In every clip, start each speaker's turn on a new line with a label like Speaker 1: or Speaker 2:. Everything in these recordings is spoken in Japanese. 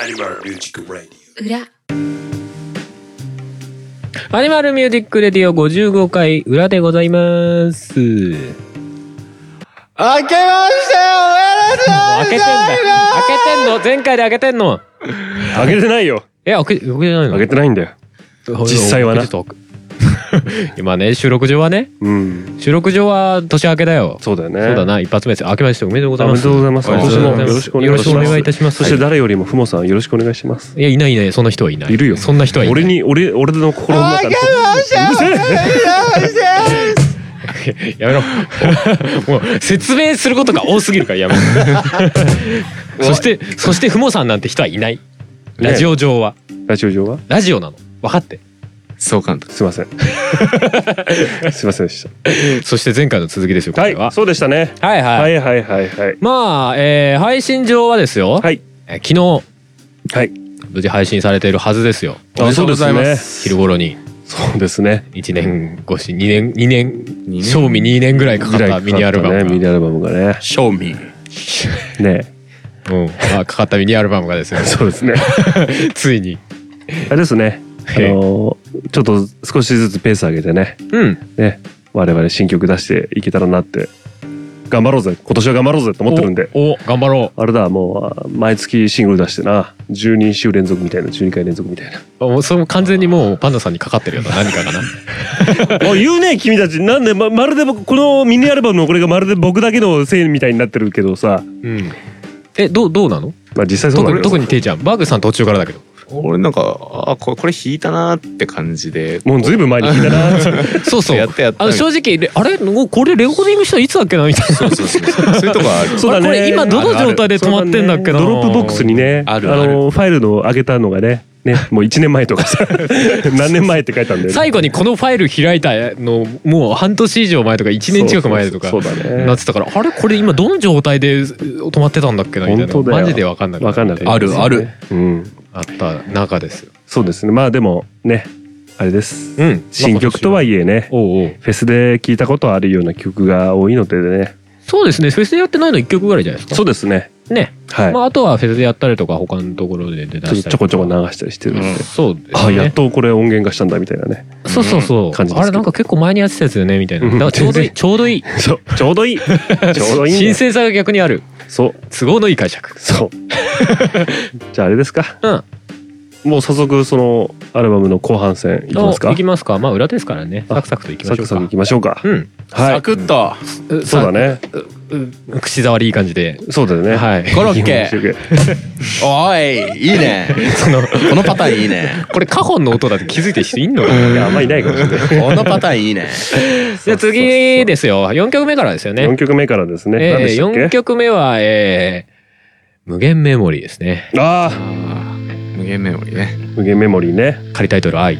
Speaker 1: アニマルミュージックラディ
Speaker 2: 裏
Speaker 3: アニマルミュージックレディオ55回裏でございます。
Speaker 4: 開けましたよ
Speaker 3: 開けてんだ開けてんの前回で開けてんの
Speaker 4: 開けてないよ
Speaker 3: え、開け、開けてないの
Speaker 4: 開けてないんだよ。実際はな
Speaker 3: ちょっと 今ね、収録上はね、
Speaker 4: うん。
Speaker 3: 収録上は年明けだよ。
Speaker 4: そうだよね。
Speaker 3: そうだ。な、一発目です。明けましておめでとうござい
Speaker 4: お
Speaker 3: ま。
Speaker 4: めですとうございます。
Speaker 3: あり
Speaker 4: 今
Speaker 3: がと
Speaker 4: 年
Speaker 3: うご
Speaker 4: も
Speaker 3: ざい
Speaker 4: よ
Speaker 3: ます
Speaker 4: ろしく
Speaker 3: よ
Speaker 4: お願いします。
Speaker 3: ろしくお願いいたします
Speaker 4: そして誰よりもふもさんよろしくお願いします。
Speaker 3: いや、いないいない、そんな人はいない。
Speaker 4: いるよ
Speaker 3: そんな人はいない。
Speaker 4: 俺に、俺、俺の心の中で。
Speaker 3: やめろ。 もう説明することが多すぎるからやめ ろ。そして、そしてふもさんなんて人はいない。ラジオ上は。
Speaker 4: ラジオ上は
Speaker 3: ラジオなの。分かって。
Speaker 5: そうかんと。
Speaker 4: す いません。すいませんでし
Speaker 3: そして前回の続きですよ、こ
Speaker 4: た。は
Speaker 3: れは。
Speaker 4: い、そうでしたね。
Speaker 3: はいはい。
Speaker 4: はいはいはいはい。
Speaker 3: まあ、えー配信上はですよ。
Speaker 4: はい。
Speaker 3: えー昨
Speaker 4: はい。
Speaker 3: 日、無事配信されているはずですよ。
Speaker 4: あそうですね。
Speaker 3: 昼頃に。
Speaker 4: そうですね。
Speaker 3: 1年越し、2年、2年、
Speaker 5: 年
Speaker 3: 賞味2年ぐらいかかったミニアルバム
Speaker 4: ね。
Speaker 3: が。
Speaker 4: ミニアルバムがね。
Speaker 5: 賞味。
Speaker 4: ね。。
Speaker 3: うん。まあ、かかったミニアルバムがですよ
Speaker 4: そうですね。
Speaker 3: ついに。
Speaker 4: あれですね。あのー、ちょっと少しずつペース上げてね。
Speaker 3: うん。
Speaker 4: ね、我々新曲出していけたらなって、頑張ろうぜ、今年は頑張ろうぜって思ってるんで、
Speaker 3: お、お頑張ろう。
Speaker 4: あれだ、もう、毎月シングル出してな、12週連続みたいな、12回連続みたい な。
Speaker 3: あもうそれも完全にもうパンダさんにかかってるよな何かがな
Speaker 4: おい言うね、君たち。なんで、ま、まるで僕、このミニアルバムのこれがまるで僕だけのせいみたいになってるけどさ、
Speaker 3: うんえどうどうなの
Speaker 4: まあ実際そう
Speaker 3: 特
Speaker 4: だけ
Speaker 3: に
Speaker 4: ど
Speaker 3: 特にていちゃんバーグさん途中からだけど
Speaker 5: 俺なんか、あ、これ、これ引いたなって感じで。
Speaker 4: もうずいぶん前に聞い たなって。
Speaker 3: そうそう
Speaker 5: やったやった
Speaker 3: あの正直レあれもうこれレコーディングしたのいつだっけなみたいな
Speaker 5: そうそうそう。そういうとこはある。
Speaker 4: そうだね
Speaker 3: あれこれ今どの状態で止まってんだっけな
Speaker 4: ドロップボックスにね、
Speaker 5: あるある
Speaker 4: の、ファイルの上げたのがね、ね、もう1年前とか さ、何年前って書いたんだよね。
Speaker 3: 最後にこのファイル開いたのもう半年以上前とか1年近く前とか
Speaker 4: そうそうそうそうだね
Speaker 3: なってたからあれこれ今どの状態で止まってたんだっけなみたい
Speaker 4: 本
Speaker 3: な
Speaker 4: 当だよ
Speaker 3: マジで分かんなく
Speaker 4: わかんなくな
Speaker 3: あ
Speaker 4: る
Speaker 3: る
Speaker 5: ある。
Speaker 4: うん。
Speaker 3: あった中ですよ
Speaker 4: そうですね。まあでもね、あれです。
Speaker 3: うん
Speaker 4: 新曲とはいえね、
Speaker 3: おうおう
Speaker 4: フェスで聴いたことあるような曲が多いのでね。
Speaker 3: そうですねフェスでやってないの1曲ぐらいじゃないですか
Speaker 4: うですね。
Speaker 3: ね
Speaker 4: はい。
Speaker 3: まあ、あとはフェスでやったりとか他のところで出だ
Speaker 4: ちょっ
Speaker 3: した
Speaker 4: とち
Speaker 3: り
Speaker 4: ょこちょこ
Speaker 3: こ
Speaker 4: 流したりしてるんで。
Speaker 3: そうです、ね、
Speaker 4: あ、やっとこれ音源化したんだみたいなね。
Speaker 3: そうそうそう、
Speaker 4: 感じです
Speaker 3: あ
Speaker 4: けど
Speaker 3: れなんか結構前にやってたやつだよねみたいな
Speaker 4: うん
Speaker 3: だからちょうどいい
Speaker 4: 全然
Speaker 3: ちょうどいい
Speaker 4: そう。 ちょうどいい。ちょうどいいんだよ
Speaker 3: 新鮮さが逆にある
Speaker 4: そう。
Speaker 3: 都合のいい解釈
Speaker 4: そう。じゃああれですか。
Speaker 3: うん
Speaker 4: もう早速そのアルバムの後半戦いきます
Speaker 3: お
Speaker 4: か
Speaker 3: いき。ますかまあ裏ですからね
Speaker 4: あ
Speaker 3: サクサクといきま
Speaker 4: サ
Speaker 3: しょ
Speaker 4: ク
Speaker 3: う
Speaker 4: サ
Speaker 3: か
Speaker 4: クいきましょうか。
Speaker 3: うん
Speaker 4: は
Speaker 5: サクッと。
Speaker 4: い。そうだね。
Speaker 3: うん口触りいい感じで
Speaker 4: そうだよね。
Speaker 3: はい
Speaker 5: コ ロッケ
Speaker 4: 日。本酒
Speaker 5: おい、いいね。
Speaker 3: その
Speaker 5: このパターンいいね。
Speaker 3: これカホンの音だって気づいてる人いんのか
Speaker 4: いや
Speaker 3: な
Speaker 4: あんまりいないかもしれない。
Speaker 5: このパターンいいね。
Speaker 3: じゃあ次ですよ4曲目からですよね
Speaker 4: 4曲目からですね。何
Speaker 3: え
Speaker 4: でしたっけ
Speaker 3: 4曲目はえー無限メモリーですね
Speaker 4: ああ、
Speaker 5: あー無限メモリーね。
Speaker 4: 無限メモリーね。
Speaker 3: 仮タイトル「愛」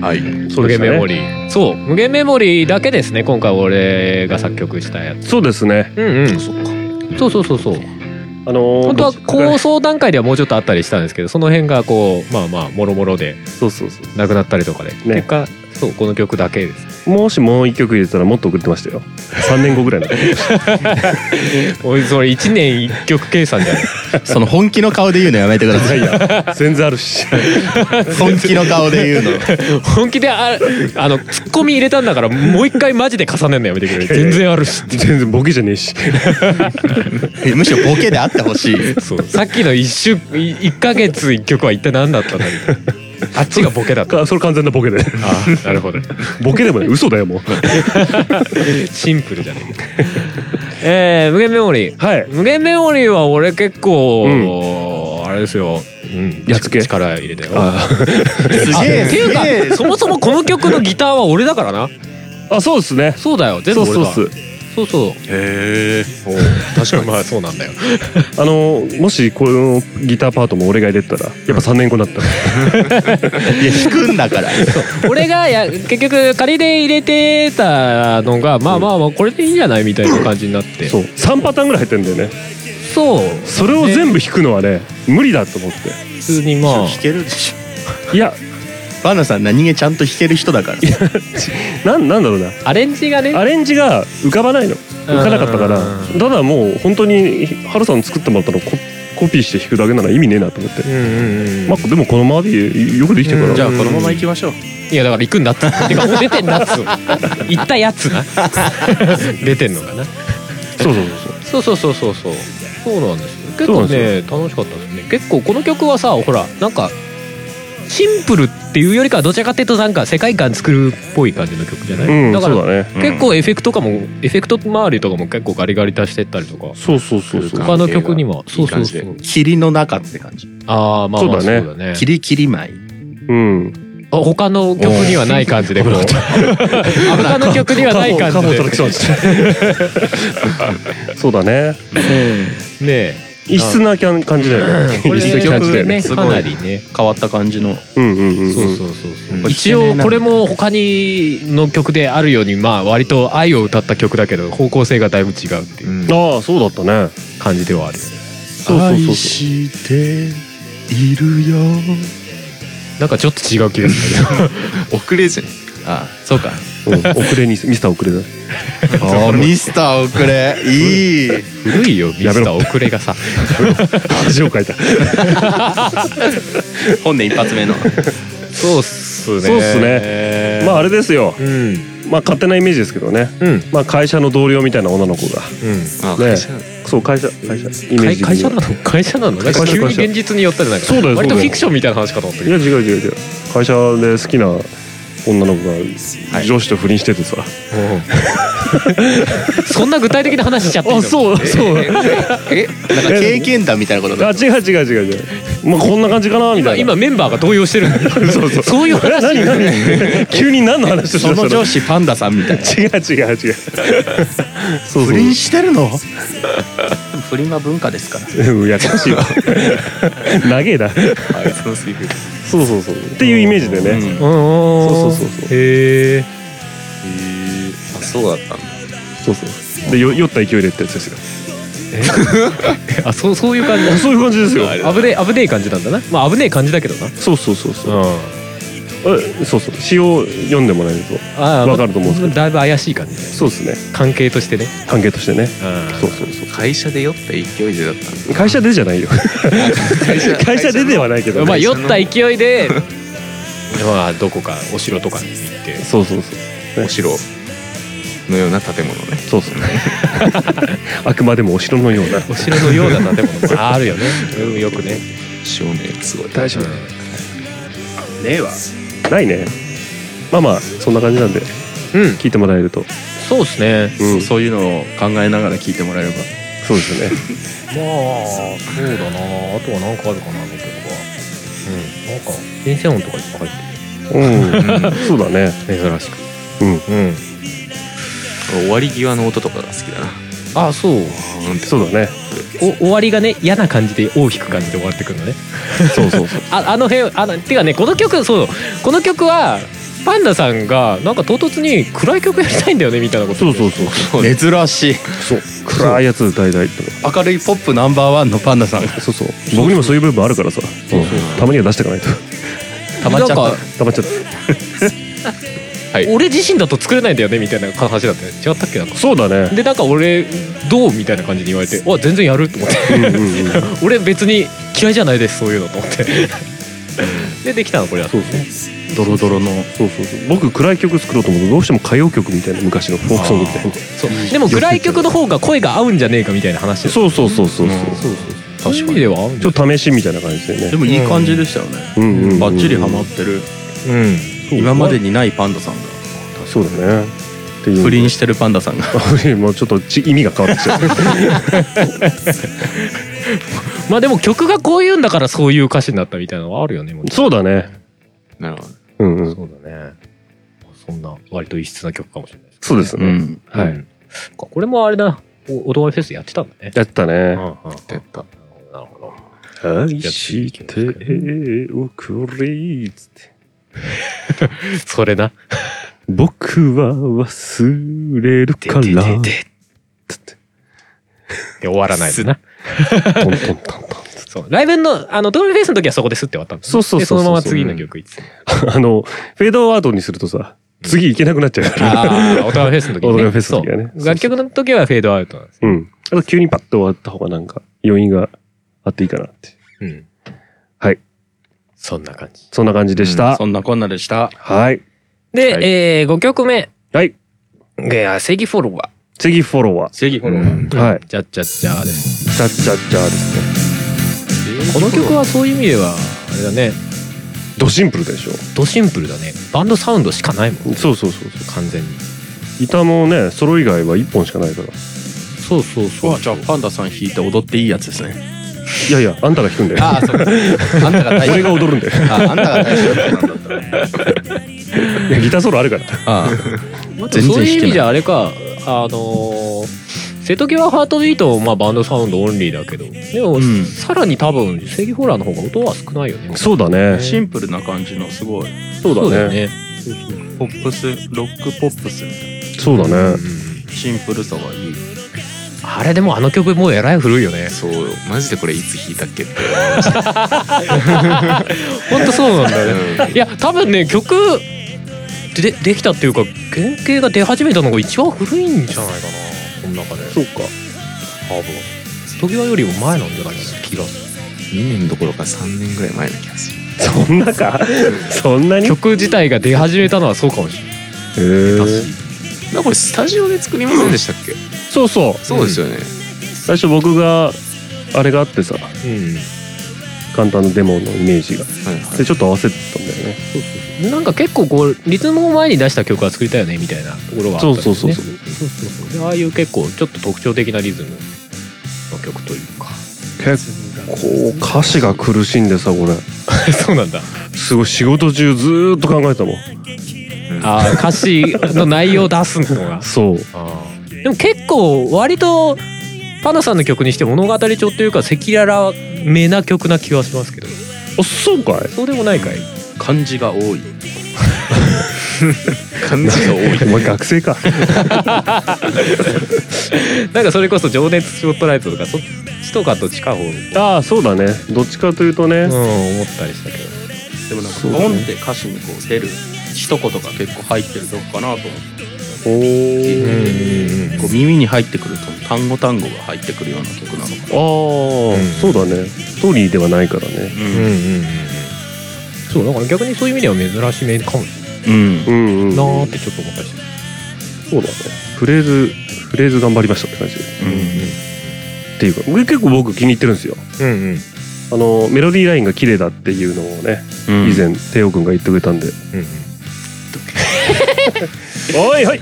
Speaker 5: はい。
Speaker 4: そう
Speaker 3: 無
Speaker 4: で
Speaker 3: 限
Speaker 4: したね
Speaker 3: メモリーそう無限メモリーだけですね今回俺が作曲したやつ
Speaker 4: そうですね。
Speaker 3: うんうん
Speaker 5: そっか。
Speaker 3: そうそうそうそう
Speaker 4: あのー、
Speaker 3: 本当は
Speaker 4: 僕が
Speaker 3: 構想段階ではもうちょっとあったりしたんですけどその辺がこうまあまあもろもろで
Speaker 4: そうそうそ
Speaker 3: なくなったりとかで、結果そうこの曲だけです
Speaker 4: う。もしもう一曲入れたらもっと遅れて ましたよ。三年後ぐらいの。
Speaker 3: おいそれ1年1曲計算じゃない
Speaker 5: その本気の顔で言うのやめてください。
Speaker 4: いや、全然あ るし。
Speaker 5: 本気の顔で言うの。
Speaker 3: 本気でああのツッコミ入れたんだからもう一回マジで重ねるのやめてくれ全然あるし
Speaker 4: 全然ボケじゃねえし。
Speaker 5: むしろボケであってほしい。
Speaker 3: そうさっきの1週1ヶ月1曲は一体何だったんだみたいなあっちがボケだった
Speaker 4: かそれ完全なボケで。
Speaker 3: ああなるほど
Speaker 4: ボケでもね、嘘だよ、もう。
Speaker 3: シンプルじゃねええー無限メモリー
Speaker 4: はい。
Speaker 3: 無限メモリーは俺結構、あれですよ、うん、
Speaker 4: やっつけ
Speaker 3: 力入れたよあ
Speaker 4: あ
Speaker 5: す
Speaker 3: って
Speaker 5: げえ、すげ
Speaker 3: い
Speaker 5: え
Speaker 3: うか。そもそもこの曲のギターは俺だからな
Speaker 4: ーあ、そうですね。
Speaker 3: そうだよ全部
Speaker 4: そう
Speaker 3: 俺だ
Speaker 4: そうそう。
Speaker 3: そうそう
Speaker 5: へえ。
Speaker 3: 確かにまあ そうなんだよ
Speaker 4: あのー、もしこのギターパートも俺が入れてたら、やっぱ三年後になったら。
Speaker 5: いや、弾くんだから。
Speaker 3: 俺がや 結局仮で入れてたのがまあまあまあこれでいいんじゃないみたいな感じになって
Speaker 4: そう。三パターンぐらい入ってんだよね。
Speaker 3: そう
Speaker 4: それを全部弾くのはね、無理だと思って。
Speaker 3: 普通にまあ
Speaker 5: 弾けるでしょ。
Speaker 4: いや、
Speaker 5: バナさん何気ちゃんと弾ける人だから。
Speaker 4: なん、なんだろうな。
Speaker 3: アレンジがね
Speaker 4: アレンジが浮かばない
Speaker 3: う
Speaker 4: の。
Speaker 3: ん
Speaker 4: かなかったから
Speaker 3: う
Speaker 4: ただもう本当にハルさん作ってもらったのココピーして弾くだけなら意味ねえなと思って、
Speaker 3: うんうんうん
Speaker 4: まあでもこのままでよくできてるから、
Speaker 3: うん
Speaker 5: じゃあこのまま行きましょう。
Speaker 3: いやだから行くんだっててかもう 出てんだっつうの 行ったやつな 出てんのかな
Speaker 4: そうそうそう
Speaker 3: そうそうそうそうそうそうなんですよ結
Speaker 4: そう
Speaker 3: 構
Speaker 4: なんで
Speaker 3: ね楽しかったですね結構この曲はさほらなんかシンプルっていうよりかはどちらかっていうとなんか世界観作るっぽい感じの曲じゃない、
Speaker 4: うん
Speaker 3: だから
Speaker 4: そうだね
Speaker 5: うん
Speaker 3: 結構エフェクトとかもエフェクト周りとかも結構ガリガリ足してったりとか
Speaker 4: そうそうそうそう
Speaker 3: 空間他の曲にも
Speaker 5: いい感じで
Speaker 3: そうそうそ
Speaker 1: 霧の中って感じ。
Speaker 3: ああまあまあ
Speaker 4: そう
Speaker 3: そ
Speaker 4: だね
Speaker 3: うだね
Speaker 1: 霧霧舞い。
Speaker 4: うん
Speaker 3: あ他の曲にはない感じでこう 他の曲にはない感じでね
Speaker 4: そうだね
Speaker 3: え
Speaker 4: 異質なキャン感じだよね
Speaker 3: これ
Speaker 4: 異質な感じだ
Speaker 3: 曲
Speaker 4: よね
Speaker 3: ね
Speaker 1: す
Speaker 3: か
Speaker 1: ごい
Speaker 3: なりね
Speaker 1: 変わった感じの。
Speaker 4: うんうんうん
Speaker 3: そううんそうそうそう
Speaker 5: うん
Speaker 3: 一応これも他にの曲であるようにまあ割と愛を歌った曲だけど方向性がだいぶ違うっていう
Speaker 5: うん
Speaker 4: ああそうだったね
Speaker 3: 感じではあるよね
Speaker 4: そうそうそうそう
Speaker 1: しているよ。
Speaker 3: なんかちょっと違う気がするけど
Speaker 5: 遅れずに。
Speaker 1: あ、そうか。
Speaker 4: うん遅れにミスター遅れだ
Speaker 1: あーミスター遅れ。いい。
Speaker 3: 古いよミ
Speaker 4: やめ
Speaker 3: スター
Speaker 4: ろ
Speaker 3: 遅れがさ
Speaker 4: 字を書いた
Speaker 1: 本年一発目の。
Speaker 3: そうっすね
Speaker 4: そうっすねまああれですよ
Speaker 3: うん
Speaker 4: まあ勝手なイメージですけどね
Speaker 3: うん
Speaker 4: まあ会社の同僚みたいな女の子が
Speaker 5: あ
Speaker 4: ね
Speaker 5: 会社
Speaker 4: そう会社会社イメー
Speaker 3: 会
Speaker 4: ジ
Speaker 3: 会社なの会社なのなんか急に
Speaker 4: 会社
Speaker 3: 現実に寄ったじゃないか
Speaker 4: そうだよ
Speaker 3: 割と
Speaker 4: そうだ
Speaker 3: フ
Speaker 4: よ
Speaker 3: ィクションみたいな話かと思ったけど
Speaker 4: いや違う違う違う会社で好きな女の子が
Speaker 5: い
Speaker 4: 上司と不倫しててさ、
Speaker 3: うんそんな具体的な話しちゃっていいの
Speaker 4: うそう
Speaker 1: え、なんか経験談みたいなこと
Speaker 4: あ
Speaker 1: だ。
Speaker 4: 違う違う違う違うまあこんな感じかなみた
Speaker 3: 今
Speaker 4: いな
Speaker 3: 今メンバーが動揺してるそうそうそういう話
Speaker 4: 何何 急に何の話して
Speaker 1: そ
Speaker 4: た
Speaker 1: の上司
Speaker 4: 司
Speaker 1: パンダさんみたいな。
Speaker 4: 違う違う違うそう
Speaker 1: 不
Speaker 4: そう
Speaker 1: 倫してるの？不倫は文化ですから。
Speaker 4: うんやかましいわ長えだ
Speaker 5: あいつのセリフ。
Speaker 4: そうそうそうっていうイメージでね、
Speaker 1: うん
Speaker 3: そう
Speaker 4: そうそうそうそう
Speaker 3: へえ
Speaker 5: あそうだったんだ。
Speaker 4: そうそうでよ酔った勢いでってやつですよ
Speaker 3: あそうそういう感じ
Speaker 4: そういう感じで すよ
Speaker 3: 危ねえ危ねえ感じなんだなまあ危ねえ感じだけどな
Speaker 4: そうそうそうそう、
Speaker 3: ん
Speaker 4: えそうそう詩を読んでもらえると
Speaker 3: あ
Speaker 4: わかると思うんですけど
Speaker 3: だいぶ怪しい感じだよね
Speaker 4: そうですね
Speaker 3: 関係としてね
Speaker 4: 関係としてね
Speaker 3: うん
Speaker 4: そうそうそう
Speaker 5: 会社で酔った勢いでだったん
Speaker 4: 会社でじゃないよ
Speaker 5: だ。会社
Speaker 4: 会社でではないけど、
Speaker 3: まあ
Speaker 5: 会
Speaker 3: 酔
Speaker 5: 社
Speaker 3: っ
Speaker 5: の
Speaker 3: た勢いで まあどこかお城とかに行って
Speaker 4: そうそうそう
Speaker 5: お城のような建物ね。
Speaker 4: そう そうあくまでもお城のような
Speaker 3: お城のような建物 もあるよねうんよくね
Speaker 5: 照明すごい。
Speaker 4: 大丈夫
Speaker 1: ねえわ。
Speaker 4: ないねまあまあそんな感じなんで
Speaker 3: うん
Speaker 4: 聞いてもらえると
Speaker 3: そうですね
Speaker 4: うん
Speaker 1: そういうのを考えながら聞いてもらえれば。
Speaker 4: そうですよね
Speaker 3: まあそうだなあとは何かあるかなあの曲はうんなんか電線音とかいっぱい入って
Speaker 4: うんそうだね
Speaker 3: 珍しく
Speaker 4: うん
Speaker 3: うん
Speaker 5: 終わり際の音とかが好きだな。
Speaker 3: あそう
Speaker 5: うん
Speaker 4: そうだね
Speaker 3: お終わりがね嫌な感じで大きく感じで終わってくるのね
Speaker 4: そうそうそう
Speaker 3: ああの辺あのてかねこの曲そうこの曲はパンダさんがなんか唐突に暗い曲やりたいんだよねみたいなこと
Speaker 4: そうそうそう
Speaker 1: 珍しい。
Speaker 4: そう暗いやつ歌いたいとか
Speaker 1: 明るいポップナンバーワンのパンダさんが
Speaker 4: そうそう僕にもそういう部分あるからさうんたまには出していかないと
Speaker 1: たまっちゃ
Speaker 3: なん
Speaker 1: っ
Speaker 3: か
Speaker 4: たまっちゃっ
Speaker 3: 俺自身だと作れないんだよねみたいな話だったよね違ったっけなんか
Speaker 4: たそうだね
Speaker 3: でなんか俺どうみたいな感じに言われてわ全然やると思って
Speaker 4: うんうんうん
Speaker 3: 俺別に嫌いじゃないですそういうのと思ってでできたのこれは
Speaker 4: そうそう
Speaker 1: たドロドロの
Speaker 4: そうそうそう僕暗い曲作ろうと思うとどうしても歌謡曲みたいな昔のフォークソングみたいな
Speaker 3: そうでも暗い曲の方が声が合うんじゃねえかみたいな話う
Speaker 4: そうそうそうそうそう
Speaker 5: うん
Speaker 3: そ
Speaker 4: そう
Speaker 3: ういう意味では合うん
Speaker 4: ち
Speaker 3: じ
Speaker 4: ょ
Speaker 3: ゃ
Speaker 4: っと試しみたいな感じでね
Speaker 1: でもいい感じでしたよね、
Speaker 4: うんうんうん
Speaker 1: バッチリハマってる、
Speaker 3: うん
Speaker 1: 今までにないパンダさんが
Speaker 4: そうだねっていう
Speaker 1: 不倫してるパンダさんが
Speaker 4: もうちょっとち意味が変わってき ちゃう
Speaker 3: まあでも曲がこういうんだからそういう歌詞になったみたいなのはあるよねもち
Speaker 4: そうだね
Speaker 5: なるほど。
Speaker 4: うんう
Speaker 3: ろん
Speaker 4: ん
Speaker 3: そうだねそんな割と異質な曲かもしれないです
Speaker 4: そうで す
Speaker 1: う
Speaker 4: ね
Speaker 1: ん
Speaker 4: は
Speaker 3: う
Speaker 4: い
Speaker 3: んこれもあれだおおどまりフェスやってたんだね
Speaker 4: やった
Speaker 3: う
Speaker 4: ね
Speaker 3: んうんうん
Speaker 5: やった。
Speaker 3: なるほど
Speaker 4: 愛しておくれっつって
Speaker 3: それな
Speaker 4: 僕は忘れるからつって
Speaker 3: で終わらないですな
Speaker 4: トントントントン
Speaker 3: そうライブのあのドームフェスの時はそこですって終わったんですね
Speaker 4: そうそうそうそう
Speaker 3: でそのまま次の曲いつ
Speaker 4: あの、フェードアウトにするとさ、次行けなくなっちゃうから。
Speaker 3: ああ、オトガメフェスの時に、ね。
Speaker 4: オトガメフェスの時はね
Speaker 3: そう楽曲の時はフェードアウトなんですよ。
Speaker 4: うん。あと急にパッと終わった方がなんか余韻があっていいかなって。
Speaker 3: うん。
Speaker 4: はい。
Speaker 3: そんな感じ。
Speaker 4: そんな感じでし
Speaker 1: うん
Speaker 4: た。
Speaker 1: そんなこんなでした。
Speaker 4: はい。
Speaker 3: で、
Speaker 5: はい
Speaker 3: えー、5曲目。
Speaker 4: はい。
Speaker 3: えー、正義フォロワ
Speaker 4: 次フォロワ
Speaker 1: 正義フォロー。
Speaker 4: ー。はい。
Speaker 3: ー。じゃっちゃっちゃーです。
Speaker 4: チャッチャッチャですね。
Speaker 3: この曲はそういう意味では、あれだね、
Speaker 4: ドシンプルでしょ。
Speaker 3: ドシンプルだね。バンドサウンドしかないもん。
Speaker 4: そうそうそうそう。
Speaker 3: 完全に。
Speaker 4: ギターもね、ソロ以外は1本しかないから。
Speaker 3: そうそうそう。
Speaker 1: わじゃあパンダさん弾いて踊っていいやつですね。
Speaker 4: いやいや、あんたが弾くんだよ。
Speaker 1: ああ、そうか。あんたが大将
Speaker 4: 俺が。踊るんだよ。
Speaker 1: ああんたが大将だったんだったらね。
Speaker 4: いやギターソロあるから。
Speaker 1: あ
Speaker 3: まあで
Speaker 1: 全然
Speaker 3: もそういう意
Speaker 1: 弾け
Speaker 3: 味
Speaker 1: ない
Speaker 3: じゃあれかあのー瀬戸際ハートビートもまあバンドサウンドオンリーだけどでも、
Speaker 1: うん
Speaker 3: さらに多分正義ホラーの方が音は少ないよね
Speaker 4: そうだね
Speaker 3: ね。
Speaker 5: シンプルな感じのすごい
Speaker 4: そうだね。
Speaker 3: ね
Speaker 5: ポップスロックポップスみたい
Speaker 4: そうだ
Speaker 3: うん
Speaker 4: ね。
Speaker 5: なシンプルさがいい
Speaker 3: あれでもあの曲もうえらい古いよね
Speaker 5: そうよマジでこれいつ弾いたっけって
Speaker 3: ほんとそうなんだよね いや多分ね曲でできたっていうか原型が出始めたのが一番古いんじゃないかなこの中で
Speaker 4: そうか。
Speaker 3: 多分瀬戸際よりも前なんじゃないかな気がする
Speaker 5: 2年どころか3年ぐらい前な気がする
Speaker 4: そんなか そんなにへ
Speaker 3: 曲自体が出始めたのはそうかもしれない
Speaker 4: え。
Speaker 5: なんかこれスタジオで作りませんでしたっけ
Speaker 4: そうそう。
Speaker 5: そうですよね、
Speaker 4: 最初僕が、あれがあってさ、
Speaker 3: うん
Speaker 4: 簡単なデモのイメージが。
Speaker 5: はいは
Speaker 4: で、ちょっと合わせてたんだよね。
Speaker 3: なんか結構こうリズムを前に出した曲は作りたいよねみたいなところがあったんです
Speaker 4: そ
Speaker 3: ね
Speaker 4: うそうそうそう
Speaker 3: そうそうそうでああいう結構ちょっと特徴的なリズムの曲というか
Speaker 4: 結構歌詞が苦しいんでさ、これ。
Speaker 3: そうなんだ
Speaker 4: すごい仕事中ずーっと考えたもん。
Speaker 3: ああ歌詞の内容を出すの が
Speaker 4: そう。
Speaker 3: ああでも結構割とパナさんの曲にして物語調というか赤裸々めな曲な気はしますけど
Speaker 4: あ、そうかい
Speaker 3: そうでもないかい
Speaker 5: い漢字が多 い漢字が多い
Speaker 4: お前学生か。
Speaker 3: なんかそれこそ「情熱スポットライト」とかそっちとかと近い方
Speaker 4: ああ、そうだね。どっちかというとね。
Speaker 3: うん思ったりしたけど
Speaker 5: でもなんか
Speaker 4: そう
Speaker 5: ポンって歌詞にこう出る一言が結構入ってるとこかなと思って
Speaker 4: おー
Speaker 5: こう耳に入ってくると単語単語が入ってくるような曲なの
Speaker 4: ああ、
Speaker 5: か
Speaker 3: うん
Speaker 4: そうだねストーリーではないからね
Speaker 5: な
Speaker 3: うんうんうんうんそうだから逆にそういう意味では珍しめかもし
Speaker 5: うん、
Speaker 4: うんうん、
Speaker 3: れないなー
Speaker 4: そ
Speaker 3: ってちょっと思ったりして、
Speaker 4: うだねフレーズフレーズ頑張りましたって感じっ
Speaker 5: う
Speaker 4: ていうかこれ結構僕気に入ってるんですよ
Speaker 3: うんうん
Speaker 4: あのメロディーラインが綺麗だっていうのをね、
Speaker 5: ん
Speaker 4: 以前テオ君が言ってくれたんで
Speaker 3: うん
Speaker 4: おいはい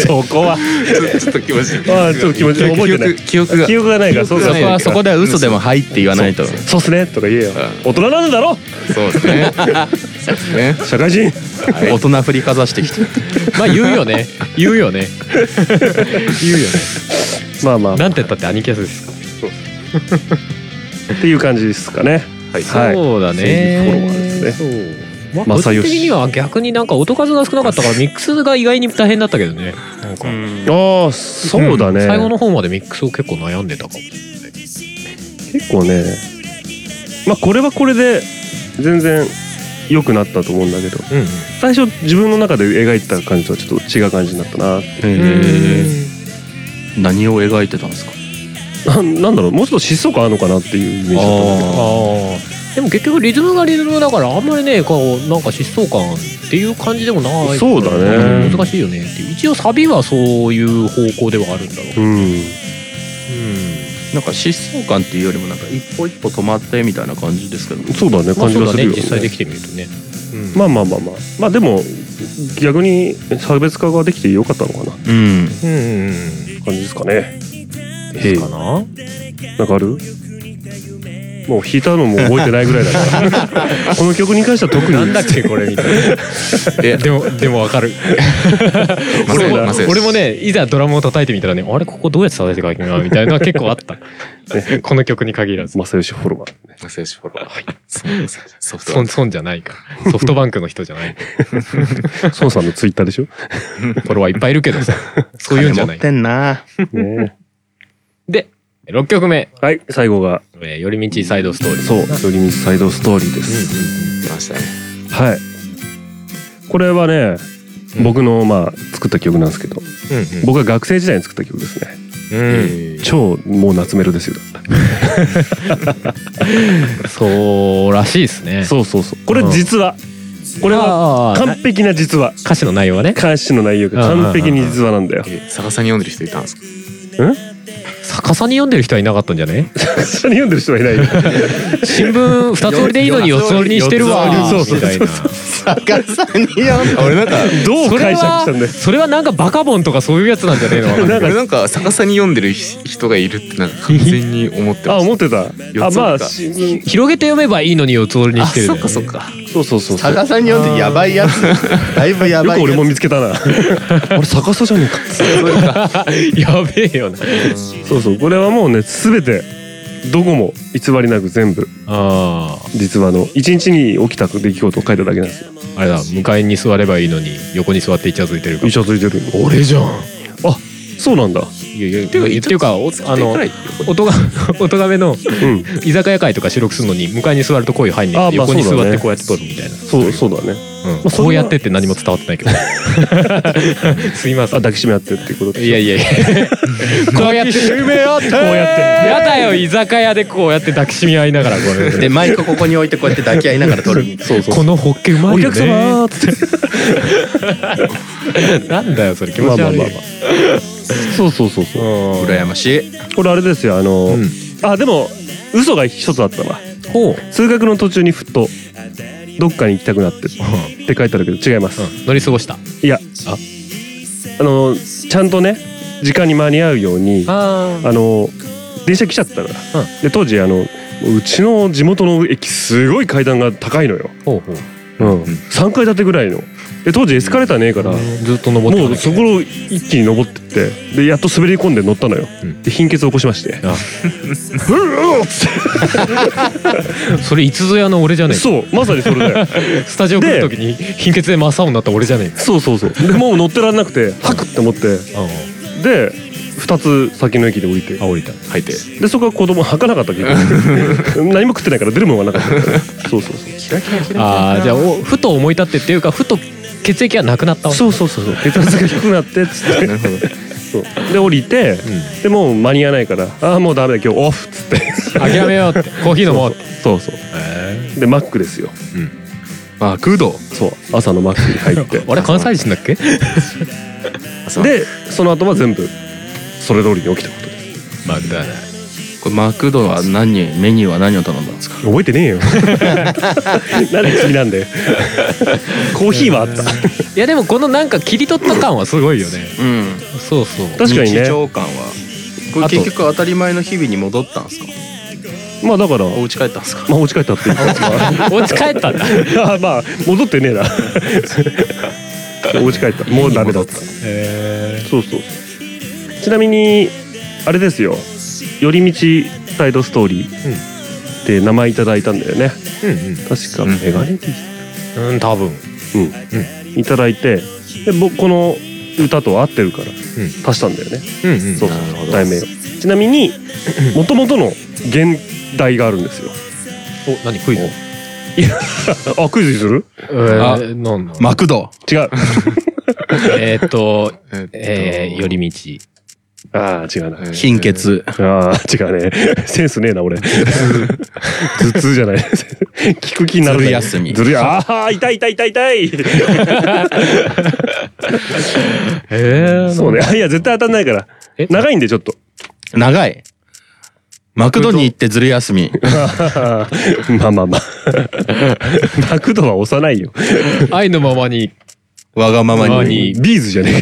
Speaker 4: そこは
Speaker 5: ちょちょっと気持ちいい
Speaker 4: ああちょっと気持ちいい覚えてない
Speaker 5: 記憶記
Speaker 4: 記
Speaker 5: 憶
Speaker 4: 憶がないから
Speaker 5: が
Speaker 4: そう
Speaker 5: そ
Speaker 4: か
Speaker 5: こ
Speaker 4: そう
Speaker 5: は
Speaker 4: か
Speaker 5: そこでは嘘でも「はい」って言わないとそ
Speaker 4: そうっすねとか言えよ大人なんだろ
Speaker 5: うですねそうですね
Speaker 4: 社会人
Speaker 5: 大人振りかざしてきて
Speaker 3: まあ言うよね言うよね言うよ
Speaker 4: まあまあ
Speaker 3: ねなんて言ったってアニキャスですか
Speaker 4: っていう感じですかね
Speaker 5: はい
Speaker 4: はい
Speaker 3: そうだ
Speaker 4: 正義フォロワーで
Speaker 3: ね
Speaker 4: す
Speaker 3: そうまあ個
Speaker 4: 正
Speaker 3: 人
Speaker 4: 義
Speaker 3: 的には逆になんか音数が少なかったからミックスが意外に大変だったけどねなんか
Speaker 4: ああそうだね、
Speaker 3: 最後の方までミックスを結構悩んでたかも
Speaker 4: 結構ねまあこれはこれで全然良くなったと思うんだけど
Speaker 3: うん
Speaker 4: 最初自分の中で描いてた感じとはちょっと違う感じになったなって
Speaker 5: 何を描いてたんですか
Speaker 4: ななんだろうもうちょっと疾走感あるのかなっていうイメージだったんだ
Speaker 3: あーでも結局リズムがリズムだからあんまりねこうなんか疾走感っていう感じでもない
Speaker 4: そうだね
Speaker 3: 難しいよねっていう一応サビはそういう方向ではあるんだろう
Speaker 4: けどうん
Speaker 5: なんか疾走感っていうよりもなんか一歩一歩止まってみたいな感じですけど
Speaker 4: そうだね
Speaker 3: まあ
Speaker 4: 感じ
Speaker 3: そう
Speaker 4: が
Speaker 3: だ
Speaker 4: す
Speaker 3: ね
Speaker 4: るよ、
Speaker 3: 実際できてみるとね、うん
Speaker 4: まあまあまあまあまあでも逆に差別化ができてよかったのかなって
Speaker 5: うん
Speaker 3: うんうんうん
Speaker 4: 感じですかね
Speaker 3: ですかな
Speaker 4: なんかあるもう弾いたのも覚えてないぐらいだから この曲に関しては特に
Speaker 3: なんだっけこれみたい
Speaker 5: え
Speaker 3: なでもでもわ かる
Speaker 5: ま
Speaker 3: 俺
Speaker 5: せ
Speaker 3: も
Speaker 5: んません
Speaker 3: 俺もねいざドラムを叩いてみたらねあれここどうやって叩いてたっけなみたいなのが結構あった この曲に限らず
Speaker 4: 正義フォロワー
Speaker 5: ませんフォローはいソフト
Speaker 3: 損損じゃないからソフトバンクの人じゃない
Speaker 4: 孫さんのツイッターでしょ、
Speaker 3: フォロワーいっぱいいるけど さそういうんじゃない
Speaker 5: 金持ってんな
Speaker 4: ね
Speaker 3: で6曲目
Speaker 4: え、はい最後が
Speaker 3: 「えー寄り道サイドストーリー」
Speaker 4: そう「寄り道サイドストーリー」です、
Speaker 5: 出ましたね
Speaker 4: はいこれはね
Speaker 3: うん
Speaker 4: 僕のまあ作った曲なんですけど、
Speaker 3: うん
Speaker 4: 僕が学生時代に作った曲ですね
Speaker 3: うんうん
Speaker 5: えー
Speaker 4: 超もう夏メロですよ
Speaker 3: そうらしいですね
Speaker 4: そうそうそうこれ実は、これは
Speaker 3: は
Speaker 4: 完璧な実話
Speaker 3: 歌詞の内容はね
Speaker 4: 歌詞の内容が完璧に実話なんだ よ
Speaker 5: え逆さに読んでる人いたんですか
Speaker 3: 逆さに読んでる人はいなかったんじゃない
Speaker 4: 下に読んでる人はいないよ
Speaker 3: 新聞二つ折りでいいのに四つ折りにしてるわ
Speaker 5: 四つ
Speaker 3: み
Speaker 5: 折
Speaker 3: た
Speaker 5: り
Speaker 3: いな
Speaker 5: 逆さに読んで俺なんか
Speaker 4: どう
Speaker 3: それ
Speaker 4: 解釈したん
Speaker 3: は
Speaker 4: だよ
Speaker 3: それはなんかバカボンとかそういうやつなんじゃねえのかな
Speaker 5: 俺なんか逆さに読んでる人がいるってなんか完全に思って
Speaker 4: あ
Speaker 5: まし
Speaker 4: 思ってた
Speaker 5: た
Speaker 4: あまあ
Speaker 5: 四つ
Speaker 4: 新
Speaker 5: 折り
Speaker 4: 聞
Speaker 3: 広げて読めばいいのに四つ折り
Speaker 5: か
Speaker 3: にしてる
Speaker 5: あ
Speaker 3: だ
Speaker 5: そっ
Speaker 3: よね
Speaker 5: かそっか
Speaker 4: そうそうそうそうよ
Speaker 2: 逆さに読んでやばいやつだいぶやば
Speaker 4: く
Speaker 2: い
Speaker 4: 俺
Speaker 2: や
Speaker 4: も見つけ たなあれ逆さじゃねえか
Speaker 3: やべえよな
Speaker 4: そうそうこれはもうね全てどこも偽りなく全部
Speaker 3: あ
Speaker 4: 実話の一日に起きた出来事を書いただけなんですよ
Speaker 3: ーあれだ向かいに座ればいいのに横に座ってイチャついてるから
Speaker 4: 医者ついてる
Speaker 3: 俺じゃん
Speaker 4: あそうなんだ
Speaker 3: いやいやっていうかおあの音が 音がめの
Speaker 4: うん
Speaker 3: 居酒屋会とか収録するのに向かいに座ると声入んねん
Speaker 4: あ
Speaker 3: けど
Speaker 4: ーま
Speaker 3: 横
Speaker 4: あ
Speaker 3: に座
Speaker 4: そう
Speaker 3: っ
Speaker 4: だ
Speaker 3: て
Speaker 4: ね
Speaker 3: こうやって撮るみたいな、
Speaker 4: そうそうだね
Speaker 3: うん
Speaker 4: まあそれは
Speaker 3: こうやってって何も伝わってないけどすいま
Speaker 4: あ
Speaker 3: せん
Speaker 4: 抱きしめ合ってっていうことでしょ
Speaker 3: いやいやいや こうやってこうやってやだよ居酒屋でこうやって抱きしめ合いながらこれ
Speaker 2: でマイクここに置いてこうやって抱き合いながら撮るみたい
Speaker 4: そうそう
Speaker 3: このホッケうま
Speaker 4: お
Speaker 3: いよ
Speaker 4: 客様
Speaker 3: ね
Speaker 4: ーっつって
Speaker 3: なんだよそれ気
Speaker 4: ま
Speaker 3: 持
Speaker 4: あ
Speaker 3: ち
Speaker 4: まあ
Speaker 3: 悪い
Speaker 4: まあまあそうそうそうそう
Speaker 3: うん
Speaker 2: 羨ましい
Speaker 4: これあれですよあの、
Speaker 3: うん
Speaker 4: あでも嘘が一つあったわ
Speaker 3: ほう
Speaker 4: 通学の途中にふっとどっかに行きたくなってって書いてあるけど違います、
Speaker 3: うん乗り過ごした
Speaker 4: いや
Speaker 3: あ
Speaker 4: あのちゃんとね時間に間に合うようにあ
Speaker 3: あ
Speaker 4: の電車来ちゃったの、で当時あのうちの地元の駅すごい階段が高いのよ、
Speaker 3: ほうほう
Speaker 4: うん、3階建てぐらいので当時エスカレーターねえから、
Speaker 3: ずっと登って
Speaker 4: もうそこを一気に登ってってでやっと滑り込んで乗ったのよ、
Speaker 3: うん
Speaker 4: で貧血を起こしまして
Speaker 3: あ
Speaker 4: うおっつっ
Speaker 3: それいつぞやの俺じゃ
Speaker 4: て
Speaker 3: ねえか
Speaker 4: そうまさにそれだよ
Speaker 3: スタジオ来る時に貧血で真っ青になった俺じゃねえか
Speaker 4: そうそうそうでもう乗ってらんなくて吐くって思って
Speaker 3: あ
Speaker 4: で2つ先の駅で降りて
Speaker 3: 降りた
Speaker 5: 入って
Speaker 4: でそこは子供吐かなかったけど 何も食ってないから出るもんはなかったそうそうそう
Speaker 3: あーじゃあおふと思い立ってっていうかふと血液がなくなったわ
Speaker 4: そうそうそうそう血圧が低くなってっつって
Speaker 5: なるほど
Speaker 4: そうで降りて、でもう間に合わないから「ああもうダメだ今日オフ」っつって
Speaker 3: 諦めよ うってコーヒー飲もうって
Speaker 4: そうそう
Speaker 3: へ
Speaker 4: でマックですよ
Speaker 5: あ空洞
Speaker 4: そう朝のマックに入って
Speaker 3: ーあれ関西人だっけ
Speaker 5: で
Speaker 4: でその後は全部それ通りに起きたことです
Speaker 3: まあだ
Speaker 5: これマクドは何メニューは何を頼んだんですか
Speaker 4: 覚えてねえよなんで君なんでコーヒーはあった
Speaker 3: いやでもこのなんか切り取った感はすごいよね
Speaker 5: うん
Speaker 3: そうそう
Speaker 4: 確かにね
Speaker 5: 日常感はこれ結局当たり前の日々に戻ったんですか
Speaker 4: まあだから
Speaker 5: お家帰ったんですか
Speaker 4: まあ落ち帰ったっていうか
Speaker 3: お家帰ったんだ
Speaker 4: あ まあ戻ってねえな落ち帰ったもうダメだった
Speaker 3: へ
Speaker 4: そうそうちなみにあれですよ寄り道サイドストー
Speaker 3: う
Speaker 4: リ
Speaker 3: ん
Speaker 4: ーって名前いただいたんだよね
Speaker 3: え
Speaker 4: 確か
Speaker 5: うん
Speaker 4: メガネティ
Speaker 3: うんうん多分
Speaker 4: うん、いただいてで僕この歌と合ってるから足したんだよね、
Speaker 3: うんうん
Speaker 4: そう
Speaker 5: なるほど
Speaker 4: 題名をちなみ にもともとの原題があるんですよ
Speaker 3: お何クイズ
Speaker 4: あクイズにする
Speaker 3: えーなんだ
Speaker 5: マクド
Speaker 4: 違 う
Speaker 3: えーっと
Speaker 5: えっと
Speaker 3: えー寄り道
Speaker 4: ああ違うな
Speaker 5: 貧血
Speaker 4: ああ違うね センスねえな 俺頭痛じゃない 聞く気になる
Speaker 5: ずる休み
Speaker 4: ずるやああ痛い痛い痛い痛 い
Speaker 3: ええ
Speaker 4: そうねあいや絶対当たんないから
Speaker 3: え
Speaker 4: 長いんでちょ っと
Speaker 5: 長いマクドに行ってずる休み
Speaker 4: まあまあまあマ クドは幼いよ
Speaker 3: 愛のままに
Speaker 5: わがままに
Speaker 4: ビーズじゃねえよ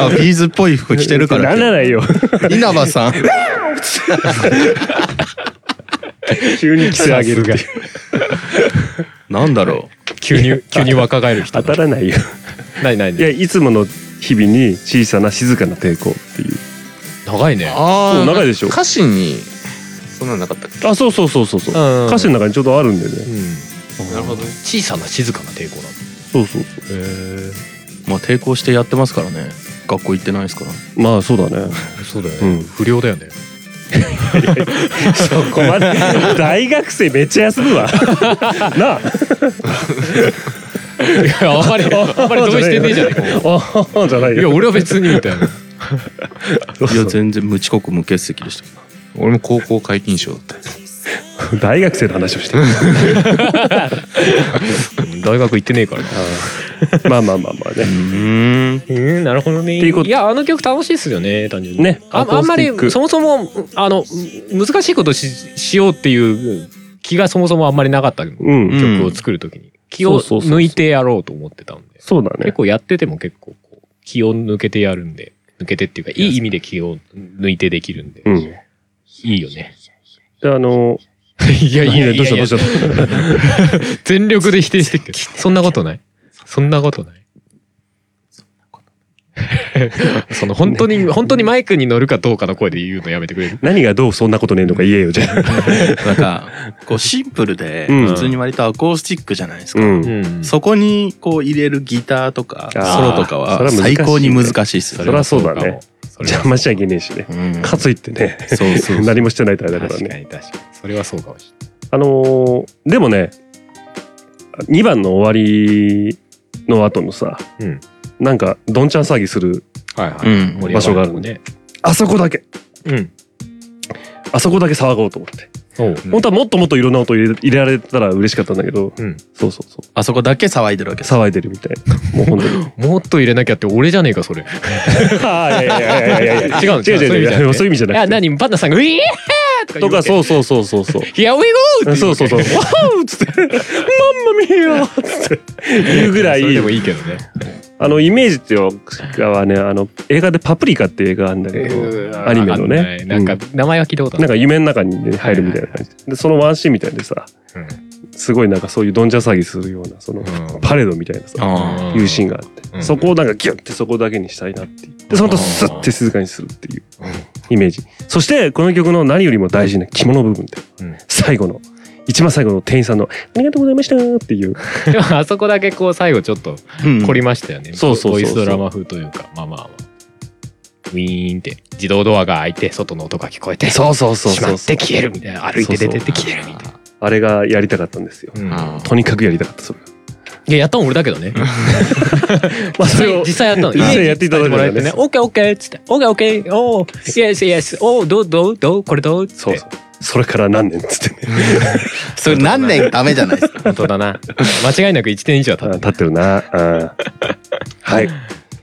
Speaker 5: あビーズっぽい服着てるか
Speaker 4: な
Speaker 5: ら
Speaker 4: らないよ
Speaker 5: 稲葉さん
Speaker 4: 急に規制上げる っていう
Speaker 5: なんだろ
Speaker 3: 急に急に若返る人
Speaker 4: 当たらないよ
Speaker 3: ないない
Speaker 4: いやいつもの日々に小さな静かな抵抗っていう
Speaker 3: 長いうね
Speaker 5: あ
Speaker 4: そ
Speaker 5: あ
Speaker 4: う長いでしょ
Speaker 5: 歌詞にそんなんなかったっけ
Speaker 4: あそうそうそうそうそう
Speaker 3: うん
Speaker 4: 歌詞の中にちょっとあるんだよね
Speaker 5: なるほど
Speaker 3: 小さな静かな抵抗なんだ
Speaker 4: そうそうそ
Speaker 5: まあ抵抗してやってますからね学校行ってないですから
Speaker 4: うまあそうだね
Speaker 3: そうだよ
Speaker 4: う
Speaker 3: ね、
Speaker 4: ん
Speaker 3: 不良だよね
Speaker 4: そこまで 大学生めっちゃ休むわなあ
Speaker 3: いやあんまり あんまり同意してねえじゃ ねえか
Speaker 4: あーじゃない
Speaker 3: いや
Speaker 4: よ。
Speaker 3: 俺は別にみたいない
Speaker 5: や全然無遅刻無欠席でしたけど俺も高校解禁賞だったよ
Speaker 4: 大学生の話をして る。
Speaker 3: 大学行ってねえからな
Speaker 4: まあまあまあまあね。
Speaker 3: うんなるほどね
Speaker 4: っていうこと
Speaker 3: やあの曲楽しいっすよね単純に
Speaker 4: ね
Speaker 3: あ
Speaker 4: アコー
Speaker 3: あんま
Speaker 4: ステ
Speaker 3: り
Speaker 4: ィック
Speaker 3: そもそもあの難しいことししようっていう気がそもそもあんまりなかった曲
Speaker 4: うん。
Speaker 3: を作るときに、気を
Speaker 4: そうそうそうそう
Speaker 3: 抜いてやろうと思ってたんで
Speaker 4: そうだね
Speaker 3: 結。構やってても結構こう気を抜けてやるんで抜けてっていうかいい意味で気を抜いてできるんで、
Speaker 4: うん。
Speaker 3: い
Speaker 4: で
Speaker 3: いよね
Speaker 4: あの
Speaker 3: いやいやいやいや
Speaker 4: どうしたどうした。
Speaker 3: 全力で否定してる けどそんなことないそんなことない その本当に、本当にマイクに乗るかどうかの声で言うのやめてくれる
Speaker 4: 何がどうそんなことねえのか言えよじゃあ。
Speaker 5: なんかこうシンプルで
Speaker 4: うん
Speaker 5: 普通に割とアコースティックじゃないですか、
Speaker 4: うん。
Speaker 5: そこにこう入れるギターとかソ
Speaker 4: あ
Speaker 3: ー
Speaker 5: ロとか
Speaker 4: それ
Speaker 5: は
Speaker 4: は難しい
Speaker 5: 最高に難しいっす
Speaker 4: そ
Speaker 5: よ
Speaker 4: り
Speaker 5: ね。
Speaker 4: ゃそうだね。
Speaker 3: それは
Speaker 4: 邪魔しちゃいけねえしね。
Speaker 5: うん
Speaker 4: かついってね。
Speaker 5: そうそうそ う
Speaker 4: 何もしてないとあれだから
Speaker 3: 確
Speaker 4: ね
Speaker 3: か。に確かにそれはそうかもし
Speaker 4: あのーでもね2番の終わりの後のさ、
Speaker 3: うん
Speaker 4: なんかどんちゃん騒ぎする
Speaker 3: れないは
Speaker 5: う
Speaker 3: いはい、
Speaker 5: ん
Speaker 3: 盛り上
Speaker 4: 場所が
Speaker 3: が
Speaker 4: あ
Speaker 3: る
Speaker 4: る
Speaker 3: もんね
Speaker 4: あそこだけ
Speaker 3: うん
Speaker 4: あそこだけ騒ごうと思って、
Speaker 3: おう
Speaker 4: 本当はもっともっといろんな音入れ入れられたら嬉しかったんだけど、
Speaker 3: うん
Speaker 4: そうそうそう
Speaker 5: あそこだけ騒いでるわけさ。
Speaker 4: 騒いでるみたい なもう本当に
Speaker 3: もっと入れなきゃって俺じゃねえかそ れ
Speaker 4: ああいやいやいやいやいや
Speaker 3: 違うの
Speaker 4: 違う違う違うそういう意味じゃ
Speaker 3: い
Speaker 4: な
Speaker 3: や
Speaker 4: くて
Speaker 3: 何パンダさんが「ウィー!」とか言
Speaker 4: と
Speaker 3: うわ
Speaker 4: か
Speaker 3: け
Speaker 4: そうそうそうそう そう
Speaker 3: 「Here we go!」って
Speaker 4: そう そうそう「わ
Speaker 3: 言わ
Speaker 4: ーっつって「マンマミー!」つって言うぐら
Speaker 3: け
Speaker 4: い
Speaker 3: それでもいいけどね
Speaker 4: あのイメージっていうかはねあの映画で「パプリカ」っていう映画あるんだけど、アニメのね
Speaker 3: わかんないなんか名前は聞いたことあ
Speaker 4: なん
Speaker 3: る
Speaker 4: か夢の中に、ね、入るみたいな感じで,、そのワンシーンみたいでさ
Speaker 3: うん
Speaker 4: すごいなんかそういうどんじゃ騒ぎするようなその、
Speaker 3: うん
Speaker 4: パレードみたいなさ、
Speaker 5: あ
Speaker 4: いうシーンがあって、
Speaker 3: うん
Speaker 4: そこをなんかギュッてそこだけにしたいなっていうでその後スッて静かにするっていう
Speaker 3: うん
Speaker 4: イメージ、そしてこの曲の何よりも大事な肝の部分って、
Speaker 3: うん
Speaker 4: 最後の一番最後の店員さんの「ありがとうございました」っていう
Speaker 3: でもあそこだけこう最後ちょっと
Speaker 5: あ。うん
Speaker 3: 凝りましたよね、
Speaker 4: そうそうそうそう
Speaker 3: ボイスドラマ風というかまあまあまあウィーンって自動ドアが開いて外の音が聞こえて
Speaker 4: そうそうそう
Speaker 3: 閉ま
Speaker 4: そう
Speaker 3: って消えるみたいな歩いて出てって消えるみたい
Speaker 4: あれがやりたかったんですよ、
Speaker 3: な、うん
Speaker 5: あー
Speaker 4: とにかくやりたかったそれが
Speaker 3: いややったの俺だけどね
Speaker 4: まあ
Speaker 3: 実
Speaker 4: それ
Speaker 3: 際
Speaker 4: を
Speaker 3: 実際やったの
Speaker 4: 実際やっていただいた
Speaker 3: も
Speaker 4: からら
Speaker 3: えて
Speaker 4: ね
Speaker 3: ね「オッケーオッケー」っつって「オッケーオッケーおおイエスイエスおおどうどうどうこれどう?」っつって
Speaker 4: そうそうそれから何年っつってね
Speaker 5: それ何年ダメじゃないですか。
Speaker 3: 本当だな間違いなく1年以上は経
Speaker 4: あ
Speaker 3: っ
Speaker 4: ー立ってるなうんはい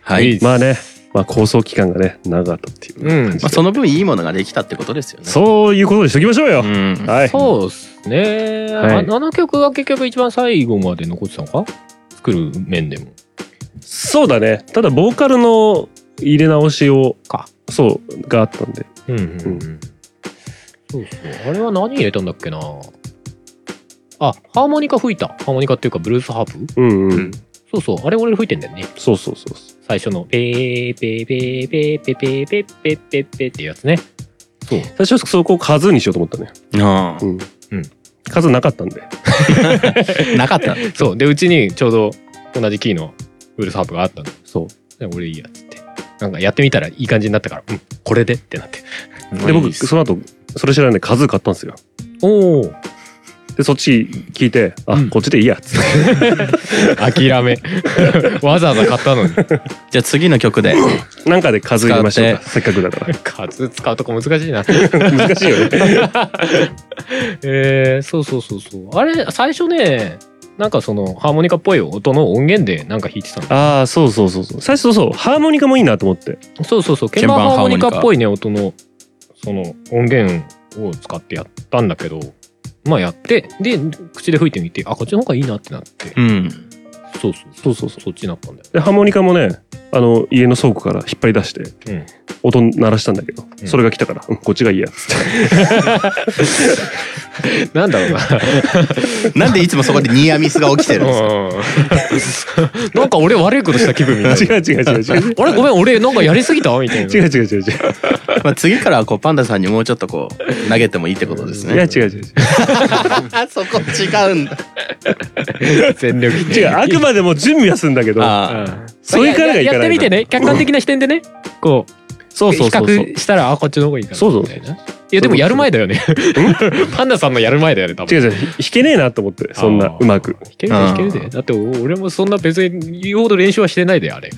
Speaker 5: は
Speaker 3: ウィ
Speaker 5: い。
Speaker 3: ズ
Speaker 4: まあね、まあ、構想期間がね長かったっていう、
Speaker 3: うん
Speaker 5: まあその分いいものができたってことですよね。
Speaker 4: そういうことにしときましょうよ、
Speaker 5: うん。
Speaker 4: はい
Speaker 3: そうっすね、
Speaker 4: はい
Speaker 3: ああの曲が結局一番最後まで残ってたのか作る面でも
Speaker 4: そうだねただボーカルの入れ直しを
Speaker 3: か
Speaker 4: そうがあったんで
Speaker 3: うんうん
Speaker 4: うん
Speaker 3: そうそうあれは何入れたんだっけなあハーモニカ吹いたハーモニカっていうかブルースハープ
Speaker 4: うんうん、
Speaker 5: うん
Speaker 3: そうそうあれ俺吹いてんだよね
Speaker 4: そうそうそうそ
Speaker 3: 最初の「ペーペーペーペーペーペーペーペーペーペー」っていうやつねそう
Speaker 4: う最初そこを数にしようと思ったね
Speaker 5: あ
Speaker 4: うん、
Speaker 3: うん
Speaker 4: 数なかったんで
Speaker 5: あなかった。
Speaker 3: そうでうちにちょうど同じキーのブルースハープがあったの
Speaker 4: そう
Speaker 3: で俺いいやっつってなんかやってみたらいい感じになったからうんこれでってなって
Speaker 4: で僕その後それ知らないで数買ったんですよ
Speaker 3: おお
Speaker 4: でそっち聞いてあ、
Speaker 3: うん
Speaker 4: こっちでいいやっつって
Speaker 3: 諦め わざわざ買ったのに
Speaker 5: じゃあ次の曲で。
Speaker 4: なんかで数入れましょうか
Speaker 5: 使
Speaker 4: せっかくだから
Speaker 3: 数使うとこ難しいな
Speaker 4: 難しいよね
Speaker 3: えー、そうそうそうそうあれ最初ねなんかそのハーモニカっぽい音の音源でなんか弾いてたの
Speaker 4: ああそうそうそうそう最初そうそうハーモニカもいいなと思って
Speaker 3: そうそうそう鍵
Speaker 5: 鍵
Speaker 3: 盤
Speaker 5: 盤
Speaker 3: ハ
Speaker 5: ハ
Speaker 3: ーモ
Speaker 5: ーモ
Speaker 3: ニ
Speaker 5: ニ
Speaker 3: カ
Speaker 5: カ
Speaker 3: っぽいね音のその音源を使ってやったんだけどまあやってで口で吹いてみてあこっちの方がいいなってなって
Speaker 5: うん。
Speaker 3: そうそうそうそうそうそっちになったんだよ
Speaker 4: でハーモニカもねあの家の倉庫から引っ張り出して、
Speaker 3: うん
Speaker 4: 音鳴らしたんだけど、
Speaker 3: うん
Speaker 4: それが来たから、うんこっちがいいやっつって
Speaker 3: なんだろうな
Speaker 5: なんでいつもそこでニアミスが起きてるんですか。
Speaker 3: うん なんか俺悪いことした気分みたいな
Speaker 4: 違う違う違う違う
Speaker 3: あれごめん俺なんかやりすぎたみたいな
Speaker 4: 違う違う違う違う
Speaker 5: まあ次からはこうパンダさんにもうちょっとこう投げてもいいってことです
Speaker 4: いや
Speaker 5: ね。
Speaker 4: 違う違う違う
Speaker 5: あ そこ違うんだ。
Speaker 3: 全力
Speaker 4: 違うあくまでも準備はするんだけど
Speaker 5: あ
Speaker 4: それからがい
Speaker 3: や
Speaker 4: か
Speaker 3: やっ
Speaker 4: な
Speaker 3: て
Speaker 4: い
Speaker 3: みてね客観的な視点でねこう
Speaker 4: そうそうそうそ
Speaker 3: 比
Speaker 4: う
Speaker 3: 較したらあこっちの方がいいかな
Speaker 4: そうそう
Speaker 3: みたいないやでもやる前だよね パンダさんのやる前だよね多分
Speaker 4: 違う違う弾けねえなと思ってそんな
Speaker 3: あー
Speaker 4: うまく
Speaker 3: 弾けるで弾けるでだって俺もそんな別に言うほど練習はしてないであれ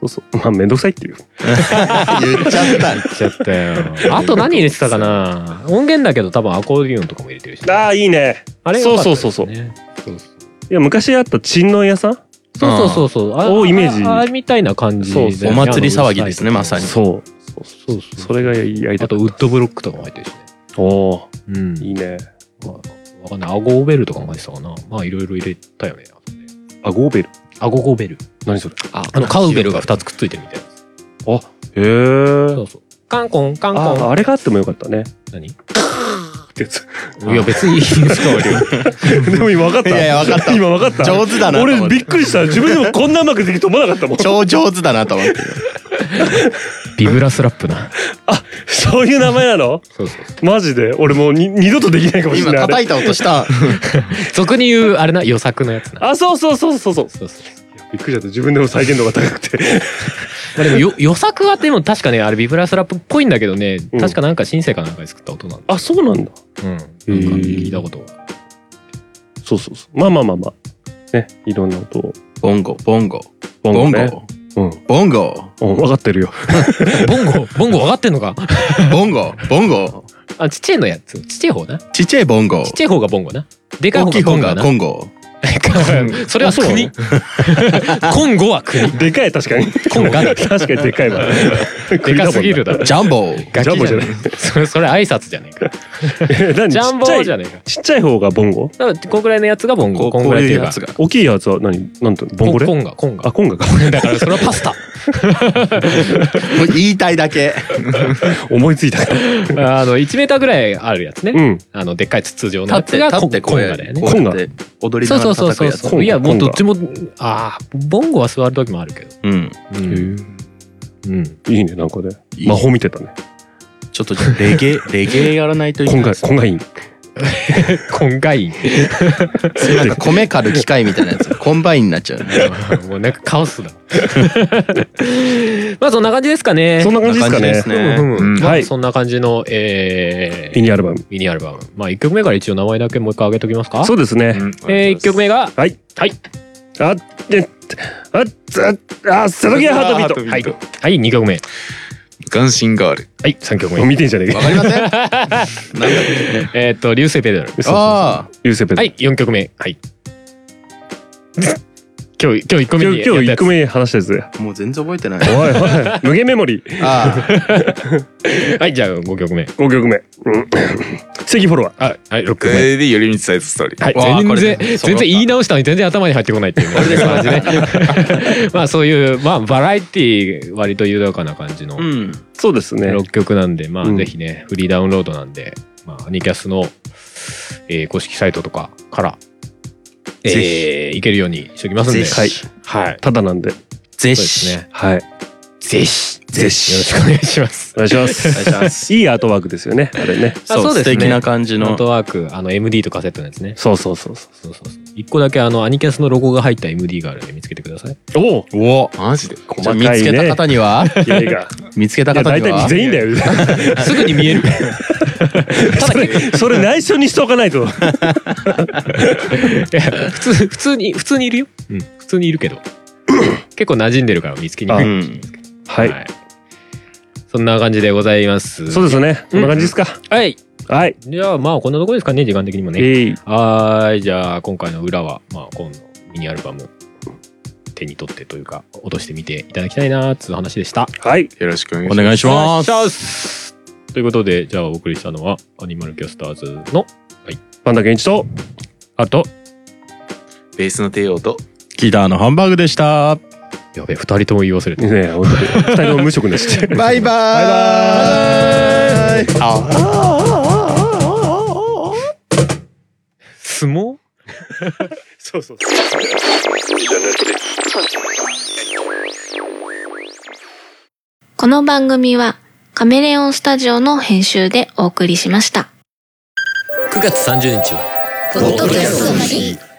Speaker 4: そうそうまあめんどくさいっていう
Speaker 2: 言っちゃった。
Speaker 3: ちゃったよあと何入れてたかな音源だけど多分アコーディオンとかも入れてるし
Speaker 4: ああいいね
Speaker 3: あれ
Speaker 4: そう
Speaker 3: 良かったです
Speaker 4: そうそうそう
Speaker 3: ねそう
Speaker 4: いや昔あった珍の屋さん
Speaker 3: そうそうそうそう
Speaker 4: おイメージ
Speaker 3: あああみたいな感じで
Speaker 4: そうそう
Speaker 5: お祭り騒ぎですねまさに
Speaker 4: そう
Speaker 3: そうそう
Speaker 4: それがやりた
Speaker 3: あ
Speaker 4: か
Speaker 3: と
Speaker 4: っ
Speaker 3: ウッドブロックとかも入ってるしね
Speaker 4: たおお
Speaker 3: うん
Speaker 4: いいね
Speaker 3: まあわかんないアゴーベルとかも入ってたかなまあいろいろ入れたよね
Speaker 4: あゴーベル
Speaker 3: アゴゴベル
Speaker 4: 何それ
Speaker 3: ああのカウベルが2つくっついてるみたいな
Speaker 4: へえ
Speaker 3: そうそうカンコンカンコ
Speaker 4: あ
Speaker 3: ン
Speaker 4: あれがあってもよかった ね
Speaker 3: 何い
Speaker 4: ってやつ
Speaker 3: や別にいいんですか俺
Speaker 4: でも今分かった
Speaker 2: いやいや分かった
Speaker 4: 今分かった
Speaker 2: 上手だなと思って
Speaker 4: 俺びっくりした自分でもこんなうまくできると思わなか ったもん
Speaker 2: 超上手だなと思って。
Speaker 3: ビブラスラップな
Speaker 4: あそういう名前なの
Speaker 3: そうそう
Speaker 4: マジで俺もうに二度とできないかもしれ
Speaker 2: 今
Speaker 4: ないあれ
Speaker 2: 叩いた音した。
Speaker 3: 俗に言うあれな予作のやつな
Speaker 4: あそうそうそうそうそう
Speaker 3: そうそう
Speaker 4: びっくりしちゃった自分でも再現度が高くて
Speaker 3: まあでもよ予作はでも確かねあれビブラスラップっぽいんだけどね
Speaker 4: うん
Speaker 3: 確かなんかシンセかなんかで作った音なんだ
Speaker 4: あそうなんだ
Speaker 3: うんなんか聞いたことが
Speaker 4: そうそうそうまあまあまあまあねいろんな音を
Speaker 5: ボンゴボンゴ
Speaker 4: ボ
Speaker 5: ボン
Speaker 4: ンゴね
Speaker 5: ゴ
Speaker 4: うん
Speaker 5: ボンゴ
Speaker 4: うん分かってるよ
Speaker 3: ボンゴボンゴ分かってんのか
Speaker 5: ボンゴボンゴ
Speaker 3: あちっちゃいのやつちっちゃい方なち
Speaker 5: ちっちゃいボンゴ
Speaker 3: っちゃい方がボンゴなでかい
Speaker 5: 大
Speaker 3: 方
Speaker 5: きい
Speaker 3: が
Speaker 5: 方
Speaker 3: ボンゴ
Speaker 5: が
Speaker 3: だな
Speaker 5: コンゴ
Speaker 3: それは国 コンゴは国
Speaker 4: でかい確かに
Speaker 3: コンガだ
Speaker 4: 確かにでかいわ
Speaker 3: でかすぎるだろ
Speaker 5: ジャンボ
Speaker 3: ガキ
Speaker 4: ジャンボじゃない
Speaker 3: いそれそれ挨拶じゃねえか
Speaker 4: 何
Speaker 3: ジャンボ
Speaker 4: ちっちゃい
Speaker 3: じゃねえか
Speaker 4: ちっちゃい方がボンゴ
Speaker 3: だからこんぐらいのやつがボンゴこん
Speaker 5: こ
Speaker 3: ぐ
Speaker 5: う
Speaker 3: らいって
Speaker 5: い
Speaker 3: いうう
Speaker 5: や
Speaker 3: か
Speaker 5: つが
Speaker 4: 大きいやつは何なんてボンゴレ
Speaker 3: コンガコンガ
Speaker 4: あコンガか
Speaker 3: だからそれはパスタ
Speaker 2: もう言いたいだけ。
Speaker 4: 思いついた
Speaker 3: あの1メーターぐらいあるやつね、
Speaker 4: うん
Speaker 3: あのでっかい筒状の
Speaker 5: 立
Speaker 3: や
Speaker 5: っ
Speaker 3: つが
Speaker 5: て立
Speaker 3: コ
Speaker 5: っ
Speaker 3: ン
Speaker 5: て
Speaker 3: コ
Speaker 5: こう
Speaker 3: ン
Speaker 5: や
Speaker 3: ガ
Speaker 5: っ
Speaker 3: だ
Speaker 5: て
Speaker 3: よね
Speaker 5: こうやって踊り
Speaker 3: そ
Speaker 5: な
Speaker 3: う
Speaker 5: が
Speaker 3: そう
Speaker 5: ら
Speaker 3: そうそ
Speaker 5: 叩くや
Speaker 3: う
Speaker 5: つ
Speaker 4: コンガ
Speaker 3: いやもう
Speaker 4: コ
Speaker 3: ど
Speaker 4: ン
Speaker 3: っ
Speaker 4: ガ
Speaker 3: ちもあーボンゴはスワルドキもあるけど、
Speaker 5: うん
Speaker 3: うん うん
Speaker 4: いいねなんかね
Speaker 5: いい
Speaker 4: 魔法見てたね
Speaker 5: ちょっとじゃあレゲエレゲエやらないといけ
Speaker 4: コ
Speaker 5: な
Speaker 4: ン
Speaker 5: い
Speaker 4: ガコンガイン
Speaker 3: コンガイン
Speaker 2: な
Speaker 5: なんん
Speaker 2: か
Speaker 5: か
Speaker 2: 米刈る機械みたいなやつ。コンバインになっちゃうね。
Speaker 3: もうなんかカオスだ まあそんな感じですかね
Speaker 4: そんな感じですか
Speaker 5: こんな感じで
Speaker 4: ね
Speaker 5: すね
Speaker 3: うんうん
Speaker 5: うん
Speaker 3: まあ
Speaker 4: はい
Speaker 3: そんな感じの、え
Speaker 4: ミ
Speaker 3: ー、
Speaker 4: ニアルバム
Speaker 3: ミニアルバムまあ1曲目から一応名前だけもう一回上げときますか
Speaker 4: そうですね
Speaker 3: えー、1曲目が
Speaker 4: はい
Speaker 3: はい
Speaker 4: あえあああセロギアハートビート
Speaker 5: は
Speaker 3: は
Speaker 5: い
Speaker 3: い2曲目は
Speaker 5: ガンシンガール
Speaker 3: い3曲
Speaker 4: も
Speaker 3: 目
Speaker 4: う見てんじゃねえ
Speaker 2: わ
Speaker 4: か
Speaker 2: かりません。なんだっ
Speaker 3: えーっと流星ペダル
Speaker 4: そうそうそう
Speaker 2: ああ。
Speaker 4: 流星ペダ
Speaker 3: は
Speaker 4: ル
Speaker 3: い4曲目はい 今日今日1個目
Speaker 4: 今
Speaker 3: に
Speaker 4: 日今日
Speaker 3: や
Speaker 4: 1
Speaker 3: った
Speaker 4: 個
Speaker 3: や
Speaker 4: 目話したやつだよ
Speaker 5: もう全然覚えてない
Speaker 4: おいおい無限メモリー
Speaker 2: あ
Speaker 3: つはいじゃあ5曲目
Speaker 4: 5曲目うん正規フォロワー
Speaker 3: あはい6曲目
Speaker 5: えーで寄り道サイズストーリー
Speaker 3: はい、
Speaker 5: わーこ
Speaker 3: 全然、
Speaker 5: れ揃っ
Speaker 3: 全
Speaker 5: た
Speaker 3: 然言い直したのに全然頭に入ってこないっていう感じね。 まあそういう、まあバラエティー割と豊かな感じの
Speaker 5: うん
Speaker 4: そうですね
Speaker 3: 6曲なんで、ま
Speaker 4: う
Speaker 3: あ
Speaker 4: ん
Speaker 3: ぜひね、フリーダウンロードなんで、まあアニキャスの、えー公式サイトとかから、えー、いけるようにしておきますんで。
Speaker 5: ぜひ
Speaker 4: はい
Speaker 3: はい。
Speaker 4: ただなんで
Speaker 3: そうで
Speaker 5: ぜひ
Speaker 3: す
Speaker 5: よ
Speaker 3: ね。
Speaker 4: はい
Speaker 3: ぜひ、
Speaker 5: ぜひ
Speaker 3: よろしくお願いします。
Speaker 4: お願いします
Speaker 5: ろしくお願いします
Speaker 4: いいアートワークですよねあれね
Speaker 3: あ
Speaker 5: そ
Speaker 3: そ
Speaker 5: う
Speaker 3: うで
Speaker 5: 素
Speaker 3: すね
Speaker 5: 敵な感じ
Speaker 3: ノー
Speaker 5: の
Speaker 3: トワーク、あの MD とカセットのやつね。
Speaker 4: そうそうそうそ
Speaker 3: そうそうそう。一個だけあのアニキャスのロゴが入った MD があるんで見つけてください。
Speaker 4: うおお
Speaker 5: おおマジで
Speaker 4: 細
Speaker 2: じゃ
Speaker 4: か
Speaker 2: あ
Speaker 4: い
Speaker 2: 見
Speaker 4: ね
Speaker 2: つけた方には
Speaker 4: 気合が
Speaker 2: 見つけた
Speaker 4: いや
Speaker 2: 方
Speaker 4: 大
Speaker 2: には
Speaker 4: 体全員だよ
Speaker 3: すぐに見え る。ただ結構
Speaker 4: それ内緒にしとかないと
Speaker 3: い や普通普通に普通にいるよ、うん、普通にいるけ ど結構馴染んでるから見つけにく
Speaker 5: う
Speaker 3: い、
Speaker 5: ん
Speaker 4: はい
Speaker 3: そんな感じでございます
Speaker 4: そうですねこんな感じですか
Speaker 3: はい
Speaker 4: はい
Speaker 3: じゃあまあこんなとこですかね時間的にもね
Speaker 4: えい
Speaker 3: はーいじゃあ今回の裏はまあ今度ミニアルバム手に取ってというか落としてみていただきたいなーっつう話でした
Speaker 4: はい
Speaker 5: よろしくお願いし
Speaker 2: お
Speaker 5: ま
Speaker 2: 願いしま
Speaker 5: す
Speaker 2: す。
Speaker 3: お願いしますということでじゃあお送りしたのはアニマルキャスターズの
Speaker 4: パンダケンイチと
Speaker 3: あと
Speaker 5: ベースの帝王と
Speaker 2: ギターのハンバーグでした。
Speaker 3: やべえ2人とも言い忘れて
Speaker 4: ねえ本当に2人とも無職にして
Speaker 2: バイバイ。
Speaker 3: 相撲
Speaker 4: そうそう
Speaker 6: この番組はカメレオンスタジオの編集でお送りしました。
Speaker 7: 9月30日は
Speaker 8: ポッドキャストの日